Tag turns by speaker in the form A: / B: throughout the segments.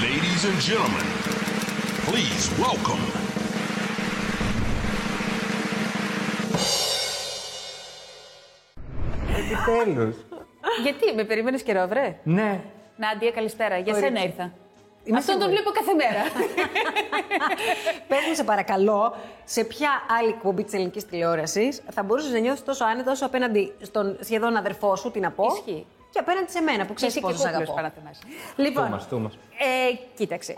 A: Ladies and gentlemen, please welcome.
B: Επιτέλου.
C: Γιατί με περίμενε καιρό, βρε.
B: ναι.
C: Νάντια, καλησπέρα. Για
D: Κορίτσι.
C: σένα ήρθα.
D: Είμαι
C: Αυτόν τον
D: σίγουρη.
C: βλέπω κάθε μέρα.
D: Πες μου, σε παρακαλώ, σε ποια άλλη εκπομπή της ελληνικής τηλεόρασης θα μπορούσες να νιώσεις τόσο άνετα όσο απέναντι στον σχεδόν αδερφό σου, την από.
C: Ισχύει.
D: Και απέναντι σε μένα που ξέρεις
C: Εσύ και
D: πόσο σε αγαπώ.
C: κούκλος παραθυμάς. Λοιπόν,
B: Τούμας, τούμας.
C: ε, κοίταξε.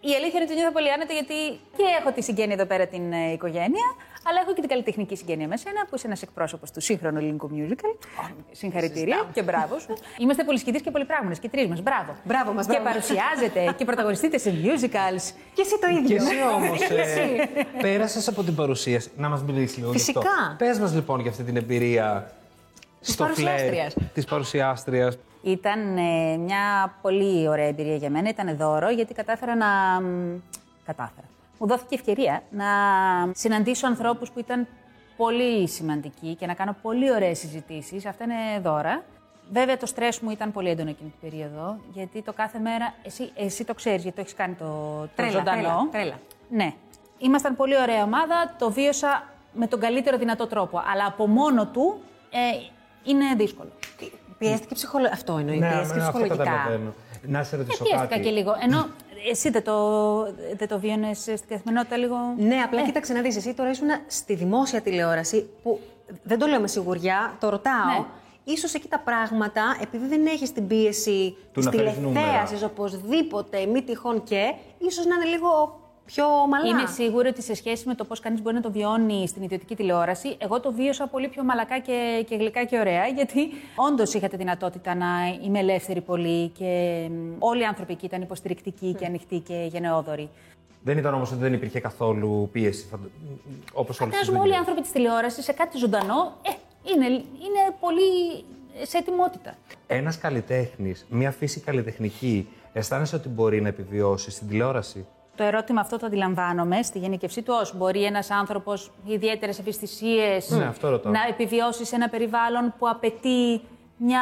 C: Η αλήθεια είναι ότι νιώθω πολύ άνετα γιατί και έχω τη συγγένεια εδώ πέρα την ε, οικογένεια, αλλά έχω και την καλλιτεχνική συγγένεια με σένα, που είσαι ένας εκπρόσωπος του σύγχρονου ελληνικού musical. Συγχαρητήρια και μπράβος σου. Είμαστε πολυσκητέ και πολυπράγμονε και τρεις μας. Μπράβο.
D: Μπράβο μας,
C: Και
D: μπράβο.
C: παρουσιάζετε και πρωταγωνιστείτε σε musicals.
D: Και εσύ το
B: Και
D: ίδιο.
B: εσύ όμως ε, πέρασες από την παρουσίαση. Να μας μιλήσεις λίγο.
D: Φυσικά.
B: Πες μας λοιπόν για αυτή την εμπειρία στο φλερ
D: παρουσιάστριας.
B: της παρουσιάστριας.
C: Ναι, Ήταν ε, μια πολύ ωραία εμπειρία για μένα. Ήταν δώρο γιατί κατάφερα να. μ, Κατάφερα. Μου δόθηκε ευκαιρία να συναντήσω ανθρώπους που ήταν πολύ σημαντικοί και να κάνω πολύ ωραίες συζητήσεις. Αυτά είναι δώρα. Βέβαια το στρες μου ήταν πολύ έντονο εκείνη την περίοδο, γιατί το κάθε μέρα, εσύ, εσύ το ξέρεις γιατί το έχεις κάνει το, το
D: Τρέλα,
C: ζωντανό.
D: τρέλα, τρέλα.
C: Ναι. Ήμασταν πολύ ωραία ομάδα, το βίωσα με τον καλύτερο δυνατό τρόπο, αλλά από μόνο του ε, είναι δύσκολο.
D: Πιέστηκε ψυχολογικά. Αυτό εννοεί. πιέστηκε
B: Ναι, αυτό
D: ψυχολογικά.
B: καταλαβαίνω. Να σε ρωτήσω
C: Πιέστηκα
B: κάτι.
C: και λίγο. Ενώ εσύ δεν το, δεν το βίωνες στην καθημερινότητα λίγο.
D: Ναι, απλά
C: Ε.
D: κοίταξε να δεις. Εσύ τώρα ήσουν στη δημόσια τηλεόραση που δεν το λέω με σιγουριά, το ρωτάω.
C: Ναι.
D: Ίσως εκεί τα πράγματα, επειδή δεν έχεις την πίεση
B: Του να
D: της
B: φέρεις νούμερα.
D: τηλεθέασης οπωσδήποτε, μη τυχόν και, ίσως να είναι λίγο πιο μαλά.
C: Είμαι σίγουρη ότι σε σχέση με το πώς κανείς μπορεί να το βιώνει στην ιδιωτική τηλεόραση, εγώ το βίωσα πολύ πιο μαλακά και, και γλυκά και ωραία, γιατί όντως είχα τη δυνατότητα να είμαι ελεύθερη πολύ και μ, όλοι οι άνθρωποι εκεί ήταν υποστηρικτικοί και ανοιχτοί και γενναιόδοροι.
B: Δεν ήταν όμως ότι δεν υπήρχε καθόλου πίεση. Όπως όλες τι
C: Φαντάζομαι όλοι οι άνθρωποι της τηλεόρασης σε κάτι ζωντανό, ε, είναι, είναι πολύ σε ετοιμότητα.
B: Ένας καλλιτέχνης, μια φύση καλλιτεχνική, αισθάνεσαι ότι μπορεί να επιβιώσει στην τηλεόραση.
C: Το ερώτημα αυτό το αντιλαμβάνομαι στη γενικευσή του ως μπορεί ένας άνθρωπος ιδιαίτερες ευαισθησίες
B: Ναι, αυτό ρωτάω.
C: να επιβιώσει σε ένα περιβάλλον που απαιτεί μια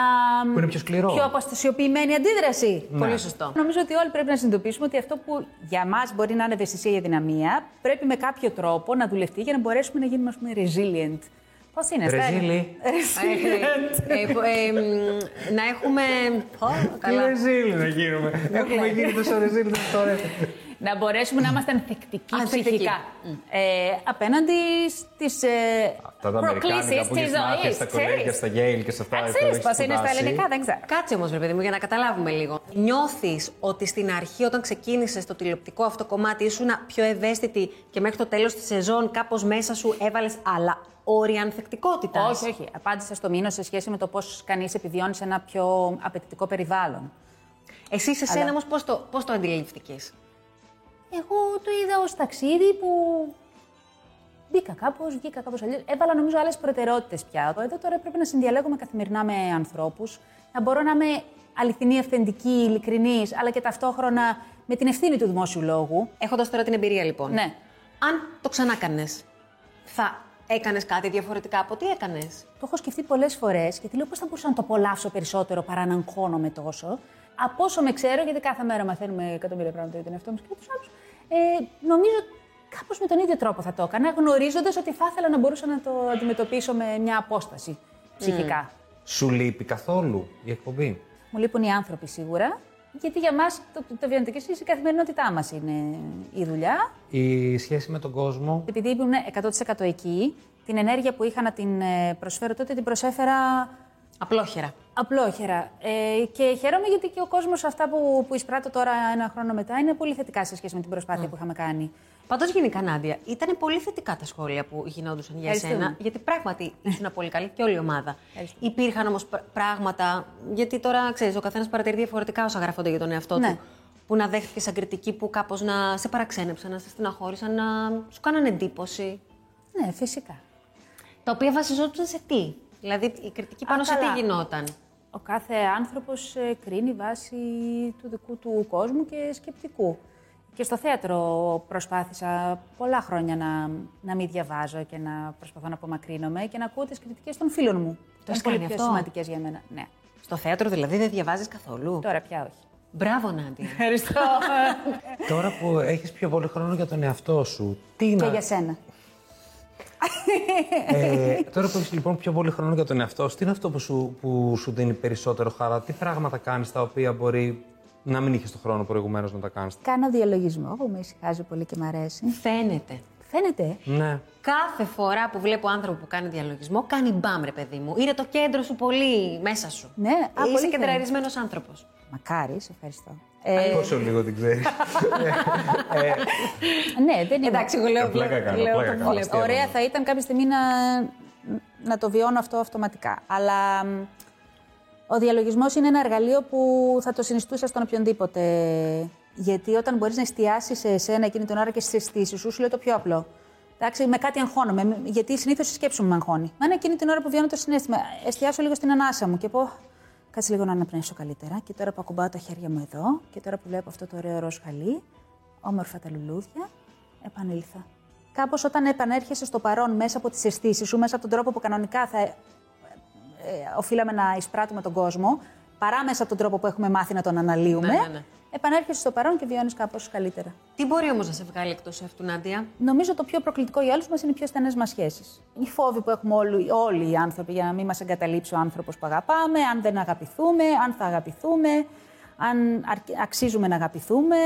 B: Που είναι πιο σκληρό. Ναι.
C: πιο αποστασιοποιημένη αντίδραση.
D: Πολύ σωστό.
C: Νομίζω ότι όλοι πρέπει να συνειδητοποιήσουμε ότι αυτό που για μας μπορεί να είναι ευαισθησία για δυναμία πρέπει με κάποιο τρόπο να δουλευτεί για να μπορέσουμε να γίνουμε ας πούμε resilient. Πώς είναι, Στέλιο?
B: Ρεζίλη.
D: Ε, ε, ε, ε, μ, να έχουμε. Πω, καλά.
B: Ρεζίλη να γίνουμε. Έχουμε γίνει τόσο ρεζίλη τώρα.
C: Να μπορέσουμε να είμαστε ανθεκτικοί
D: Ανθεκτικοί.
C: ψυχικά ε, απέναντι στις ε,
B: Αυτά τα
C: προκλήσεις
B: Αμερικάνικα που
C: της
B: έχεις μάθει
C: ζωής.
B: στα
C: ξέρεις.
B: κολέγια, στα Yale και σε αυτά.
C: Α,
B: που
C: ξέρεις
B: έχεις
C: πώς είναι στα
B: σπουδάσει.
C: ελληνικά, δεν ξέρω.
D: Κάτσε όμως, ρε παιδί μου, για να καταλάβουμε λίγο. Νιώθεις ότι στην αρχή, όταν ξεκίνησες το τηλεοπτικό αυτό κομμάτι, ήσουν πιο ευαίσθητη και μέχρι το τέλος της σεζόν κάπως μέσα σου έβαλες άλλα όρια ανθεκτικότητας.
C: Όχι, όχι. Απάντησα στο μήνο σε σχέση με το πώς κανείς επιβιώνει σε ένα πιο απαιτητικό περιβάλλον.
D: Εσύ σε σένα όμως πώς το, πώς το αντιληφθήκες.
C: Εγώ το είδα ως ταξίδι που μπήκα κάπως, βγήκα κάπως αλλιώς. Έβαλα νομίζω άλλες προτεραιότητες πια. Εδώ τώρα πρέπει να συνδιαλέγομαι καθημερινά με ανθρώπους, να μπορώ να είμαι αληθινή, αυθεντική, ειλικρινής, αλλά και ταυτόχρονα με την ευθύνη του δημόσιου λόγου.
D: Έχοντας τώρα την εμπειρία λοιπόν.
C: Ναι.
D: Αν το ξανάκανες, θα έκανες κάτι διαφορετικά από τι έκανες.
C: Το έχω σκεφτεί πολλές φορές γιατί λέω πώς θα μπορούσα να το απολαύσω περισσότερο παρά να αγχώνομαι τόσο. Από όσο με ξέρω, γιατί κάθε μέρα μαθαίνουμε εκατομμύρια πράγματα για τον εαυτό μα και τους άλλους, ε, νομίζω κάπως με τον ίδιο τρόπο θα το έκανα, γνωρίζοντας ότι θα ήθελα να μπορούσα να το αντιμετωπίσω με μια απόσταση ψυχικά.
B: Σου λείπει καθόλου η εκπομπή.
C: Μου λείπουν οι άνθρωποι σίγουρα, γιατί για μας το, το βιοντική η καθημερινότητά μας είναι η δουλειά.
B: Η σχέση με τον κόσμο.
C: Επειδή ήμουν 100% εκεί, την ενέργεια που είχα να την ε, προσφέρω τότε την προσέφερα
D: Απλόχερα.
C: Απλόχερα. Ε, και χαίρομαι γιατί και ο κόσμος αυτά που, που εισπράττω τώρα ένα χρόνο μετά είναι πολύ θετικά σε σχέση με την
D: Mm.
C: προσπάθεια που είχαμε κάνει.
D: Πάντως, γενικά, Νάντια, ήταν πολύ θετικά τα σχόλια που γινόντουσαν για
C: Ευχαριστούμε.
D: σένα. Γιατί πράγματι ήσουν πολύ καλή και όλη η ομάδα.
C: Ευχαριστούμε.
D: Υπήρχαν όμως πράγματα. Γιατί τώρα ξέρεις, ο καθένας παρατηρεί διαφορετικά όσα γράφονται για τον εαυτό
C: Ναι.
D: του. Που να δέχτηκε σαν κριτική, που κάπως να σε παραξένεψαν, να σε στεναχώρησαν, να σου κάνανε εντύπωση.
C: Ναι, φυσικά.
D: Τα οποία βασιζόντουσαν σε τι. Δηλαδή, η κριτική πάνω σε
C: καλά.
D: τι γινόταν.
C: Ο κάθε άνθρωπος κρίνει βάσει του δικού του κόσμου και σκεπτικού. Και στο θέατρο προσπάθησα πολλά χρόνια να, να μην διαβάζω και να προσπαθώ να απομακρύνομαι και να ακούω τις κριτικές των φίλων μου.
D: έχεις
C: πολύ
D: κάνει
C: πιο
D: αυτό?
C: σημαντικές για μένα. Ναι.
D: Στο θέατρο, δηλαδή, δεν διαβάζεις καθόλου.
C: Τώρα πια όχι.
D: Μπράβο, Νάντια.
C: Ευχαριστώ.
B: Τώρα που έχεις πιο πολύ χρόνο για τον εαυτό σου, τι
C: και
B: να.
C: για σένα.
B: Ε, τώρα που έχεις λοιπόν πιο πολύ χρόνο για τον εαυτό σου, τι είναι αυτό που σου, που σου δίνει περισσότερο χαρά, τι πράγματα κάνεις τα οποία μπορεί να μην είχες τον χρόνο προηγουμένως να τα κάνεις.
C: Κάνω διαλογισμό που με ησυχάζει πολύ και μ' αρέσει.
D: Φαίνεται.
C: Φαίνεται. ε.
B: Ναι.
D: Κάθε φορά που βλέπω άνθρωπο που κάνει διαλογισμό, κάνει μπαμ, ρε παιδί μου. Είναι το κέντρο σου πολύ μέσα σου.
C: Ναι, α, πολύ
D: Είσαι
C: φαίνεται.
D: κεντραρισμένος άνθρωπος.
C: Μακάρι, σε ευχαριστώ. Ε,
B: Πόσο λίγο την ξέρεις.
C: ναι, δεν είναι.
D: Εντάξει, εγώ λέω.
B: Ε, πλάκα
D: βλέπω-
B: κάνω,
D: λέω
B: πλάκα
D: το
B: κάνω.
D: βλέπω.
B: αστείο,
C: Ωραία θα ήταν κάποια στιγμή να, να το βιώνω αυτό αυτοματικά. Αλλά μ, ο διαλογισμός είναι ένα εργαλείο που θα το συνιστούσα στον οποιονδήποτε. Γιατί όταν μπορείς να εστιάσεις σε εσένα εκείνη την ώρα και στις αισθήσεις σου, σου λέω το πιο απλό. Εντάξει, με κάτι αγχώνομαι, με- γιατί συνήθως η σκέψη μου με αγχώνει. Μα είναι εκείνη την ώρα που βιώνω το συνέστημα. Εστιάσω λίγο στην ανάσα μου και πω. Κάτσε λίγο να αναπνέσω καλύτερα. Και τώρα που ακουμπάω τα χέρια μου εδώ, και τώρα που βλέπω αυτό το ωραίο ροζ χαλί, όμορφα τα λουλούδια, επανήλθα. Κάπως όταν επανέρχεσαι στο παρόν μέσα από τις αισθήσεις σου, μέσα από τον τρόπο που κανονικά θα ε, ε, οφείλαμε να εισπράττουμε τον κόσμο, παρά μέσα από τον τρόπο που έχουμε μάθει να τον αναλύουμε,
D: Ναι, ναι, ναι.
C: επανέρχεσαι στο παρόν και βιώνεις κάπως καλύτερα.
D: Τι μπορεί όμως να σε βγάλει εκτός αυτού, Νάντια.
C: Νομίζω το πιο προκλητικό για όλους μας είναι οι πιο στενές μας σχέσεις. Οι φόβοι που έχουμε όλοι, όλοι οι άνθρωποι για να μην μας εγκαταλείψει ο άνθρωπος που αγαπάμε, αν δεν αγαπηθούμε, αν θα αγαπηθούμε, αν αρκε- αξίζουμε να αγαπηθούμε. Ε,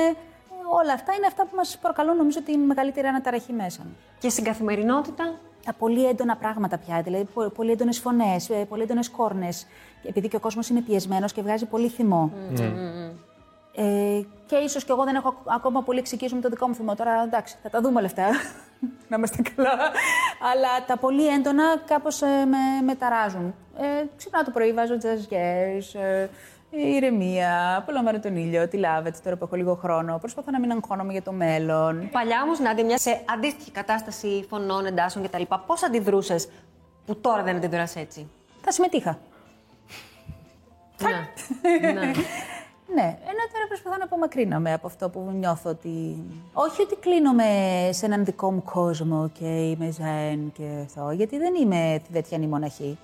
C: Όλα αυτά είναι αυτά που μας προκαλούν νομίζω την μεγαλύτερη αναταραχή μέσα μου.
D: Και στην καθημερινότητα.
C: Τα πολύ έντονα πράγματα πια, δηλαδή πο- πολύ έντονες φωνές, πολύ έντονες κόρνες. Επειδή και ο κόσμος είναι πιεσμένος και βγάζει πολύ θυμό. Ε, και ίσως κι εγώ δεν έχω ακ- ακόμα πολύ εξοικείωση με το δικό μου θυμό. Τώρα εντάξει, θα τα δούμε όλα αυτά. να είμαστε καλά. Αλλά τα πολύ έντονα κάπως με, με ταράζουν. Ε, ξυπνάω το πρωί, βάζω τζαζιές, ε, ηρεμία, απολαμβάνω τον ήλιο, τη λάβετε τώρα που έχω λίγο χρόνο. Προσπαθώ να μην αγχώνομαι για το μέλλον.
D: Παλιά όμως, Νάντια, μια σε αντίστοιχη κατάσταση φωνών, εντάσσεων κτλ. Πώς αντιδρούσες που τώρα δεν αντιδράς έτσι.
C: Θα συμμετείχα.
D: Ναι. ναι.
C: Ναι, ενώ τώρα προσπαθώ να απομακρύνομαι από αυτό που νιώθω ότι. Όχι ότι κλείνομαι σε έναν δικό μου κόσμο και είμαι ζεν και αυτό, γιατί δεν είμαι θηβετιανή μοναχή.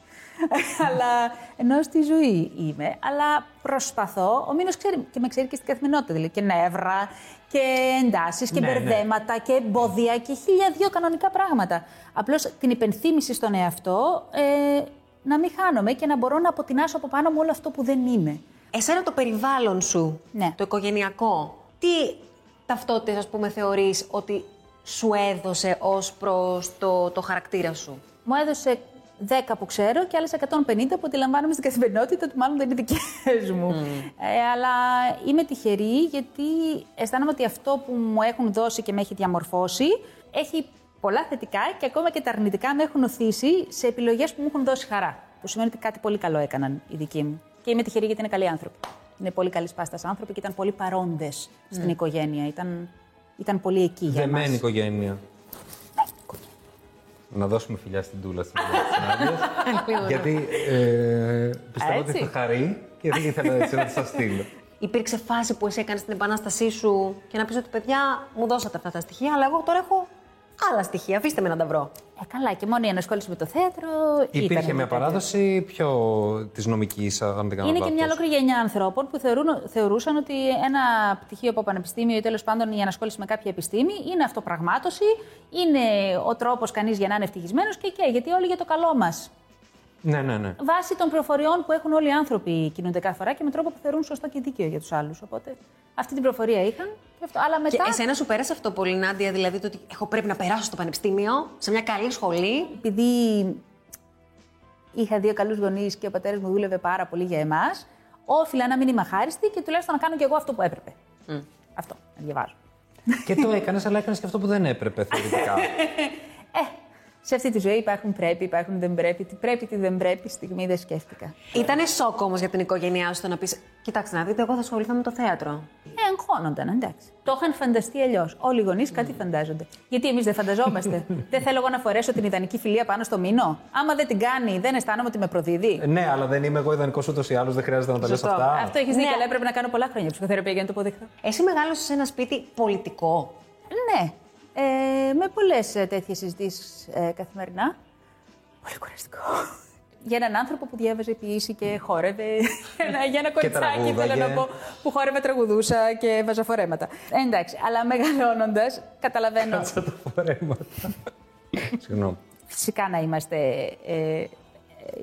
C: αλλά ενώ στη ζωή είμαι, αλλά προσπαθώ. Ο Μήνος ξέρει και με ξέρει και στην καθημερινότητα. Δηλαδή και νεύρα και εντάσεις και
B: Ναι, ναι.
C: μπερδέματα και εμπόδια και χίλια δυο κανονικά πράγματα. Απλώς την υπενθύμηση στον εαυτό ε, να μην χάνομαι και να μπορώ να αποτινάσω από πάνω μου όλο αυτό που δεν είμαι.
D: Εσένα το περιβάλλον σου,
C: Ναι.
D: το οικογενειακό, τι ταυτότητες ας πούμε θεωρείς ότι σου έδωσε ως προς το, το χαρακτήρα σου.
C: Μου έδωσε 10 που ξέρω και άλλες 150 που αντιλαμβάνομαι στην καθημερινότητα ότι μάλλον δεν είναι δικές μου. Ε, αλλά είμαι τυχερή γιατί αισθάνομαι ότι αυτό που μου έχουν δώσει και με έχει διαμορφώσει έχει πολλά θετικά και ακόμα και τα αρνητικά με έχουν οθήσει σε επιλογές που μου έχουν δώσει χαρά. Που σημαίνει ότι κάτι πολύ καλό έκαναν οι δικοί μου. Και είμαι τυχερή γιατί είναι καλοί άνθρωποι. Είναι πολύ καλή πάστα άνθρωποι και ήταν πολύ παρόντες στην οικογένεια. Ήταν, ήταν πολύ εκεί για εμάς.
B: Δεμένη οικογένεια. Να δώσουμε φιλιά στην Τούλα στην Ελλάδα. γιατί ε, πιστεύω ότι
C: Έτσι.
B: θα χαρεί και δεν ήθελα έτσι να τη σας στείλω.
D: Υπήρξε φάση που εσύ έκανες την επανάστασή σου και να πεις ότι παιδιά μου δώσατε αυτά τα στοιχεία, αλλά εγώ τώρα έχω άλλα στοιχεία, αφήστε με να τα βρω.
C: Ε, καλά, και μόνο η ενασχόληση με το θέατρο.
B: Υπήρχε μια
C: ήταν το θέατρο.
B: παράδοση πιο της νομικής, αν δεν κάνω
C: Είναι και
B: λάθος.
C: μια ολόκληρη γενιά ανθρώπων που θεωρούν, θεωρούσαν ότι ένα πτυχίο από πανεπιστήμιο ή τέλος πάντων η ανασχόληση με κάποια επιστήμη είναι αυτοπραγμάτωση, είναι ο τρόπος κανείς για να είναι ευτυχισμένος και και γιατί όλοι για το καλό μας.
B: Ναι, ναι, ναι.
C: Βάσει των πληροφοριών που έχουν όλοι οι άνθρωποι κινούνται κάθε φορά και με τρόπο που θεωρούν σωστό και δίκαιο για τους άλλους. Οπότε αυτή την πληροφορία είχαν. Και αυτό. Αλλά μετά.
D: Και εσένα σου πέρασε αυτό πολύ, Νάντια, δηλαδή το ότι εγώ πρέπει να περάσω στο πανεπιστήμιο, σε μια καλή σχολή.
C: επειδή είχα δύο καλούς γονείς και ο πατέρας μου δούλευε πάρα πολύ για εμάς, όφιλα να μην είμαι αχάριστη και τουλάχιστον να κάνω κι εγώ αυτό που έπρεπε. Αυτό, να διαβάζω.
B: και το έκανες, αλλά έκανες και αυτό που δεν έπρεπε θεωρητικά.
C: Σε αυτή τη ζωή υπάρχουν πρέπει, υπάρχουν δεν πρέπει, τι πρέπει, τι δεν πρέπει, στιγμή δεν σκέφτηκα.
D: Ήτανε σοκ όμως για την οικογένειά σου το να πεις «Κοιτάξτε να δείτε, εγώ θα ασχοληθώ με το θέατρο».
C: Ε, εγχώνονταν, εντάξει. Το είχαν φανταστεί αλλιώς. Όλοι οι γονείς κάτι φαντάζονται. Γιατί εμείς δεν φανταζόμαστε. δεν θέλω εγώ να φορέσω την ιδανική φιλία πάνω στο μήνο. Άμα δεν την κάνει, δεν αισθάνομαι ότι με προδίδει.
B: ναι, αλλά δεν είμαι εγώ ιδανικός ούτως ή άλλως, δεν χρειάζεται να τα λες
D: Σωστό.
B: αυτά.
C: Αυτό έχεις
D: Ναι.
C: δίκιο, αλλά έπρεπε να κάνω πολλά χρόνια ψυχοθεραπεία για να το αποδείχνω.
D: Εσύ μεγάλωσες σε ένα σπίτι πολιτικό.
C: Ναι. Ε, με πολλές τέτοιες συζητήσεις ε, καθημερινά. Πολύ κουραστικό. για έναν άνθρωπο που διάβαζε ποιήση και χόρευε. για ένα- για ένα κοριτσάκι,
B: τραγούδαγε.
C: θέλω να πω, που χόρευε, τραγουδούσα και έβαζα φορέματα. Ε, εντάξει, αλλά μεγαλώνοντας, καταλαβαίνω.
B: Κάτσα τα φορέματα. Συγγνώμη.
C: Φυσικά να είμαστε ε,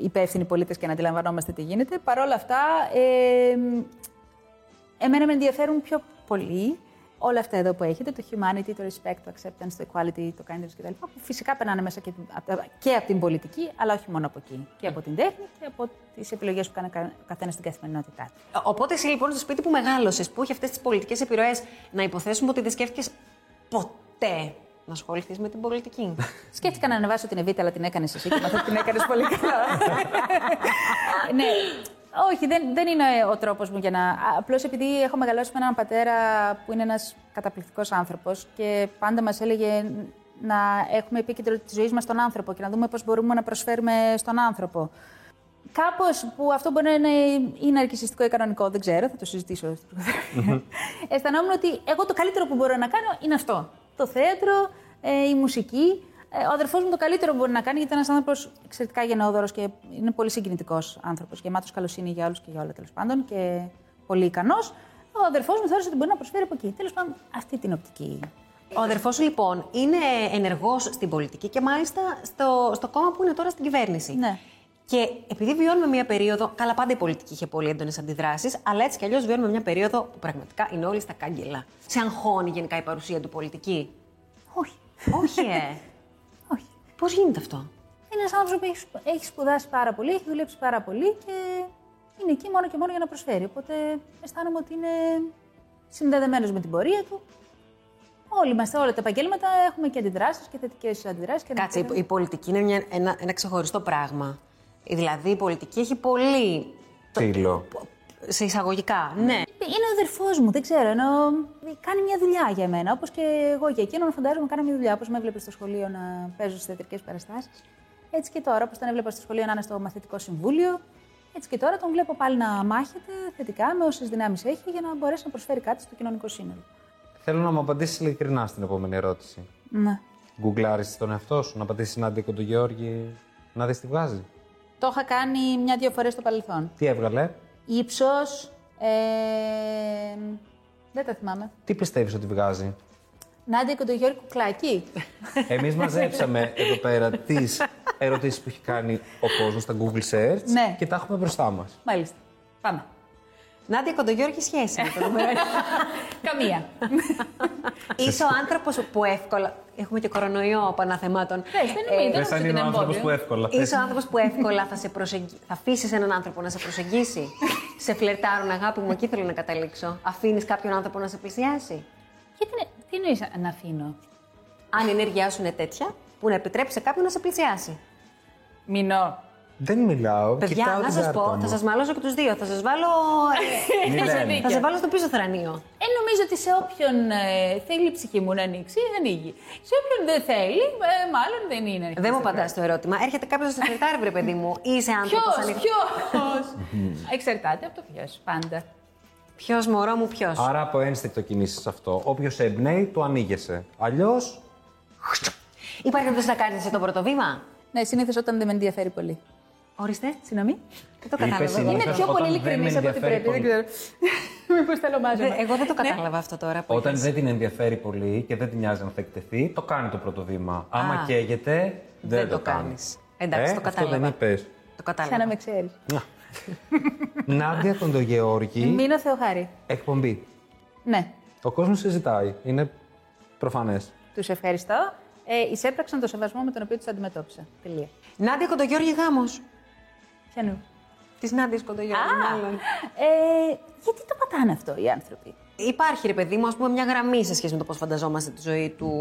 C: υπεύθυνοι πολίτες και να αντιλαμβανόμαστε τι γίνεται. Παρ' όλα αυτά, ε, εμένα με ενδιαφέρουν πιο πολύ όλα αυτά εδώ που έχετε, το humanity, το respect, το acceptance, το equality, το kindness κτλ. που φυσικά περνάνε μέσα και, απ' τα- και από την πολιτική, αλλά όχι μόνο από εκεί. Και από την τέχνη και από τις επιλογές που κάνει ο καθένας στην καθημερινότητά του.
D: Οπότε εσύ λοιπόν στο σπίτι που μεγάλωσες, που είχε αυτές τις πολιτικές επιρροές, να υποθέσουμε ότι δεν σκέφτηκες ποτέ να ασχοληθείς με την πολιτική.
C: Σκέφτηκα να ανεβάσω την Εβίτα, αλλά την έκανες εσύ και μαθαίνω ότι την έκανες πολύ καλά. ναι. Όχι, δεν, δεν είναι ο τρόπος μου για να. Απλώς επειδή έχω μεγαλώσει με έναν πατέρα που είναι ένας καταπληκτικός άνθρωπος και πάντα μας έλεγε να έχουμε επίκεντρο τη ζωή μας στον άνθρωπο και να δούμε πώς μπορούμε να προσφέρουμε στον άνθρωπο. Κάπως που αυτό μπορεί να είναι, είναι αρκισιστικό ή κανονικό, δεν ξέρω, θα το συζητήσω. στην ψυχοθεραπεία. Αισθανόμουν ότι εγώ το καλύτερο που μπορώ να κάνω είναι αυτό. Το θέατρο, ε, η μουσική. Ε, ο αδερφός μου το καλύτερο που μπορεί να κάνει, γιατί ήταν ένας άνθρωπος εξαιρετικά γενναιόδωρος και είναι πολύ συγκινητικός άνθρωπος. Γεμάτος καλοσύνη για όλους και για όλα τέλος πάντων και πολύ ικανός. Ο αδερφός μου θεώρησε ότι μπορεί να προσφέρει από εκεί. Τέλος πάντων, αυτή την οπτική.
D: Ο αδερφός σου λοιπόν είναι ενεργός στην πολιτική και μάλιστα στο, στο κόμμα που είναι τώρα στην κυβέρνηση.
C: Ναι.
D: Και επειδή βιώνουμε μια περίοδο. Καλά, πάντα η πολιτική είχε πολύ έντονες αντιδράσεις, αλλά έτσι κι αλλιώς βιώνουμε μια περίοδο που πραγματικά είναι όλοι στα κάγκελα. Σε αγχώνει γενικά η παρουσία του πολιτική.
C: Όχι.
D: Όχι, ε.
C: Όχι.
D: Πώς γίνεται αυτό.
C: Είναι ένας άνθρωπος που έχει, σπου- έχει σπουδάσει πάρα πολύ, έχει δουλέψει πάρα πολύ και είναι εκεί μόνο και μόνο για να προσφέρει. Οπότε αισθάνομαι ότι είναι συνδεδεμένος με την πορεία του. Όλοι είμαστε, όλα τα επαγγέλματα έχουμε και αντιδράσεις και θετικές αντιδράσεις.
D: Κάτσε, η, η πολιτική είναι μια, ένα, ένα ξεχωριστό πράγμα. Ε, Δηλαδή η πολιτική έχει πολύ.
B: Ξύλο.
D: σε εισαγωγικά, ναι.
C: Είναι ο αδερφός μου, δεν ξέρω. Ενώ κάνει μια δουλειά για μένα. Όπως και εγώ για εκείνον, φαντάζομαι κάνω μια δουλειά. Όπως με έβλεπε στο σχολείο να παίζω στις θεατρικές παραστάσεις. Έτσι και τώρα, όπως τον έβλεπα στο σχολείο να είναι στο μαθητικό συμβούλιο. Έτσι και τώρα τον βλέπω πάλι να μάχεται θετικά με όσες δυνάμεις έχει για να μπορέσει να προσφέρει κάτι στο κοινωνικό σύνολο.
B: Θέλω να μου απαντήσεις ειλικρινά στην επόμενη ερώτηση.
C: Ναι.
B: Γκουγκλάρεις τον εαυτό σου, να πατήσεις έναν αντίκο του Γεώργη, να δεις τι βγάζει.
C: Το είχα κάνει μια-δύο φορές στο παρελθόν.
B: Τι έβγαλε,
C: Ήψο. Ε, δεν τα θυμάμαι.
B: τι πιστεύεις ότι βγάζει.
C: Νάντια Κοντογιώρη Κουκλάκη.
B: Εμείς μαζέψαμε εδώ πέρα τις ερωτήσεις που έχει κάνει ο κόσμος στα Google Search
C: Ναι.
B: και τα έχουμε μπροστά μας.
C: Μάλιστα. Πάμε.
D: Νάντια Κοντογιώργη, σχέση με το
C: Καμία.
D: Είσαι ο άνθρωπος που εύκολα. Έχουμε και κορονοϊό παναθεμάτων.
C: Πες, δεν νομίζω, δεν
B: Λες αν
C: νομίζω
B: είναι
C: ότι
B: ο
C: είναι
B: άνθρωπος που
C: εμπόδιο.
B: εύκολα. θες.
D: Ε, Είσαι ο άνθρωπος που εύκολα θα, σε προσεγγι- θα αφήσεις έναν άνθρωπο να σε προσεγγίσει. σε φλερτάρουν, αγάπη μου, εκεί θέλω να καταλήξω. Αφήνεις κάποιον άνθρωπο να σε πλησιάσει.
C: Και τι, είναι- τι εννοείς να αφήνω.
D: Αν η ενέργειά σου είναι τέτοια, που να επιτρέψει σε κάποιον να σε πλησιάσει.
C: Μηνώ.
B: Δεν μιλάω.
D: Παιδιά,
B: κοιτάω
D: να
B: την
D: σας
B: κάρτα
D: πω,
B: μου.
D: θα σας μαλώσω και τους δύο. Θα σας βάλω. ε,
B: Μη Ε, λένε.
C: δίκιο.
D: θα σας βάλω στο πίσω θρανίο.
C: Ε, νομίζω ότι σε όποιον ε, θέλει η ψυχή μου να ανοίξει, ανοίγει. Σε όποιον δεν θέλει, ε, μάλλον δεν είναι. ανοιχτή.
D: Δεν μου απαντά το ερώτημα. Έρχεται κάποιος να σε φλερτάρει, βρε παιδί μου. Είσαι
C: Ποιος,
D: άνθρωπο ανοιχτό.
C: ποιος. Εξαρτάται από το ποιος, πάντα.
D: Ποιος, μωρό μου, ποιος.
B: Άρα από ένστικτο κινήσεις αυτό. Όποιος σε εμπνέει, το ανοίγεσαι. Αλλιώς.
D: Υπάρχει κάποιο να κάνεις σε το πρώτο βήμα.
C: Ναι, συνήθως όταν δεν με ενδιαφέρει πολύ.
D: Ορίστε.
C: Συγγνώμη.
D: Δεν το κατάλαβα. εγώ.
B: συνήθως.
C: Είναι πιο
B: όταν
C: πολύ
B: δεν
C: ειλικρινής
B: με
C: από ό,τι
B: ενδιαφέρει
C: πρέπει, δεν ξέρω. Μήπως θέλω μάζεμα. Ναι.
D: Δεν- Εγώ δεν το κατάλαβα αυτό τώρα. που
B: Όταν
D: είπες.
B: δεν την ενδιαφέρει πολύ και δεν την νοιάζει αν θα εκτεθεί, το κάνει το πρώτο βήμα. Άμα καίγεται, δεν,
D: Δεν το
B: κάνει.
D: κάνεις. Εντάξει, το
B: Ε, Αυτό δεν
D: κατάλαβα.
B: είπες.
D: Το
C: Σαν να
D: κατάλαβα.
C: με ξέρεις.
B: Νάντια Κοντογεώργη,
C: Μείνω Θεοχάρη.
B: εκπομπή.
C: Ναι.
B: Ο κόσμος συζητάει. Είναι προφανές.
C: Τους ευχαριστώ. Ε, εισέπραξαν το σεβασμό με τον οποίο τους αντιμετώπισα. Τελεία.
D: Νάντια Κοντογιώργη γάμο.
C: Ποιανού.
D: Τη Νάντια Κοντογιώργη, μάλλον.
C: Ε, γιατί το πατάνε αυτό οι άνθρωποι.
D: Υπάρχει, ρε παιδί μου, ας πούμε, μια γραμμή σε σχέση με το πώς φανταζόμαστε τη ζωή του,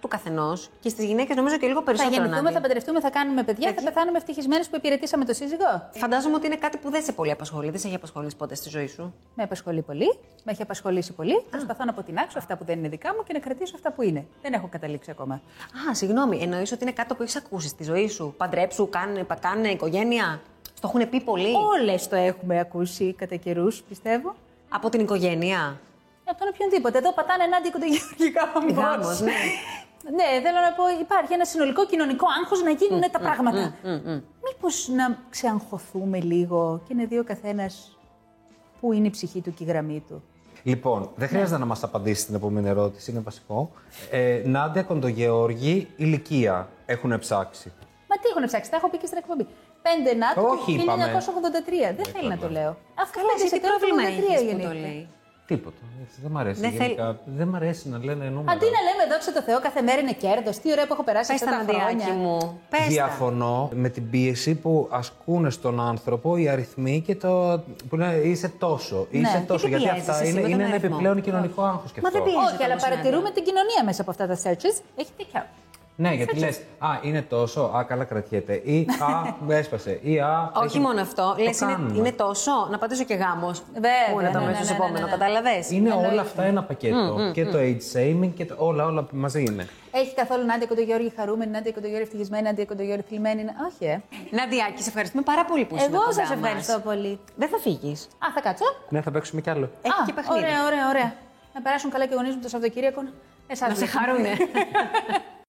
D: του καθενός και στις γυναίκες νομίζω και λίγο
C: Θα
D: περισσότερο.
C: γεννηθούμε,
D: Νάντια.
C: θα παντρευτούμε, θα κάνουμε παιδιά, θα πεθάνουμε ευτυχισμένες που υπηρετήσαμε το σύζυγο.
D: Φαντάζομαι ότι είναι κάτι που δεν σε πολύ απασχολεί, δεν σε έχει απασχολήσει ποτέ στη ζωή σου.
C: Με απασχολεί πολύ, με έχει απασχολήσει πολύ. Προσπαθώ να αποτινάξω αυτά που δεν είναι δικά μου και να κρατήσω αυτά που είναι. Δεν έχω καταλήξει ακόμα.
D: Α, συγγνώμη, εννοείς ότι είναι κάτι που έχεις ακούσει στη ζωή σου. Παντρέψου, κάνε, πα- κάνε οικογένεια. Στο έχουν πει πολύ.
C: Όλες το έχουμε ακούσει κατά καιρούς, πιστεύω.
D: Από την οικογένεια.
C: Ε, Από τον οποιονδήποτε. Εδώ πατάνε ενάντια κοντογενειακά
D: Γάμος, ναι.
C: Ναι, θέλω να πω, υπάρχει ένα συνολικό κοινωνικό άγχος να γίνουν τα πράγματα. Μήπως να ξεαγχωθούμε λίγο και να δει ο καθένας πού είναι η ψυχή του και η γραμμή του.
B: Λοιπόν,
D: Ναι.
B: δεν χρειάζεται να μας απαντήσει την επόμενη ερώτηση, είναι βασικό. Ε, Νάντια Κοντογεώργη, ηλικία έχουν ψάξει.
C: Μα τι έχουν ψάξει, τα έχω πει και στην εκπομπή. 5 Νάτου του
B: Όχι,
C: 1983.
B: είπαμε. Ε,
C: Δεν θέλει να το λέω. Αυτό
D: Καλά, εσύ
C: είναι
D: τι
C: το 1983
D: πρόβλημα έχεις που
C: γεννήθηκε.
D: το λέει.
B: Τίποτα. Έτσι, Δεν μ' αρέσει.
D: Δεν θέλει-
B: γενικά. Δεν μ' αρέσει να λένε νούμερα.
C: Αντί να λέμε δόξα τω Θεώ, κάθε μέρα είναι κέρδος. Τι ωραία που έχω περάσει
D: Πες
C: αυτά
D: τα
C: τα
D: ναντιάκι
C: χρόνια.
D: μου. Πες τα.
B: Διαφωνώ με την πίεση που ασκούν στον άνθρωπο οι αριθμοί και το. που λένε είσαι τόσο. Είσαι
C: και
B: τόσο.
D: Ναι. τι
B: Γιατί
D: πιέζεσαι
B: αυτά
D: εσύ
B: είναι,
D: με τον
B: είναι ένα
D: αριθμό.
B: επιπλέον κοινωνικό άγχος και
D: Μα
B: αυτό.
D: δεν πιέζεις.
C: Όχι, αλλά
D: όμως,
C: παρατηρούμε
D: Νάντια.
C: την κοινωνία μέσα από αυτά τα searches. Έχει δίκιο.
B: Ναι, γιατί λες, Α, είναι τόσο. Α, καλά κρατιέται. Ή Α, μου έσπασε. Ή Α.
D: Όχι
B: έχει-
D: μόνο αυτό.
B: Το
D: Λες, είναι,
B: κάνουμε.
D: είναι τόσο. Να πατήσω και γάμος.
C: Βέβαια,
D: Πού είναι το
C: ναι,
D: αμέσω
C: ναι, ναι, ναι,
D: επόμενο,
C: ναι.
D: κατάλαβε.
B: Είναι όλα αυτά ένα πακέτο. και το age shaming και το, όλα, όλα μαζί είναι.
C: Έχει καθόλου Νάντια Κοντογιώργη χαρούμενη, Νάντια Κοντογιώργη ευτυχισμένη, Νάντια Κοντογιώργη θλιμμένη. να- Όχι, ε.
D: Ναντιάκη, σε ευχαριστούμε πάρα πολύ που ήσουν
C: Εγώ
D: κοντά
C: σας
D: μας.
C: ευχαριστώ πολύ.
D: Δεν θα φύγεις.
C: Α, θα κάτσω.
B: Ναι, θα παίξουμε κι άλλο.
D: Έχει
C: Α,
D: και παιχνίδι.
C: Ωραία, ωραία, ωραία. Να περάσουν καλά και οι γονείς μου το Σαββατοκύριακο. Εσάς
D: Να σε
C: βλέπουμε.
D: χαρούνε.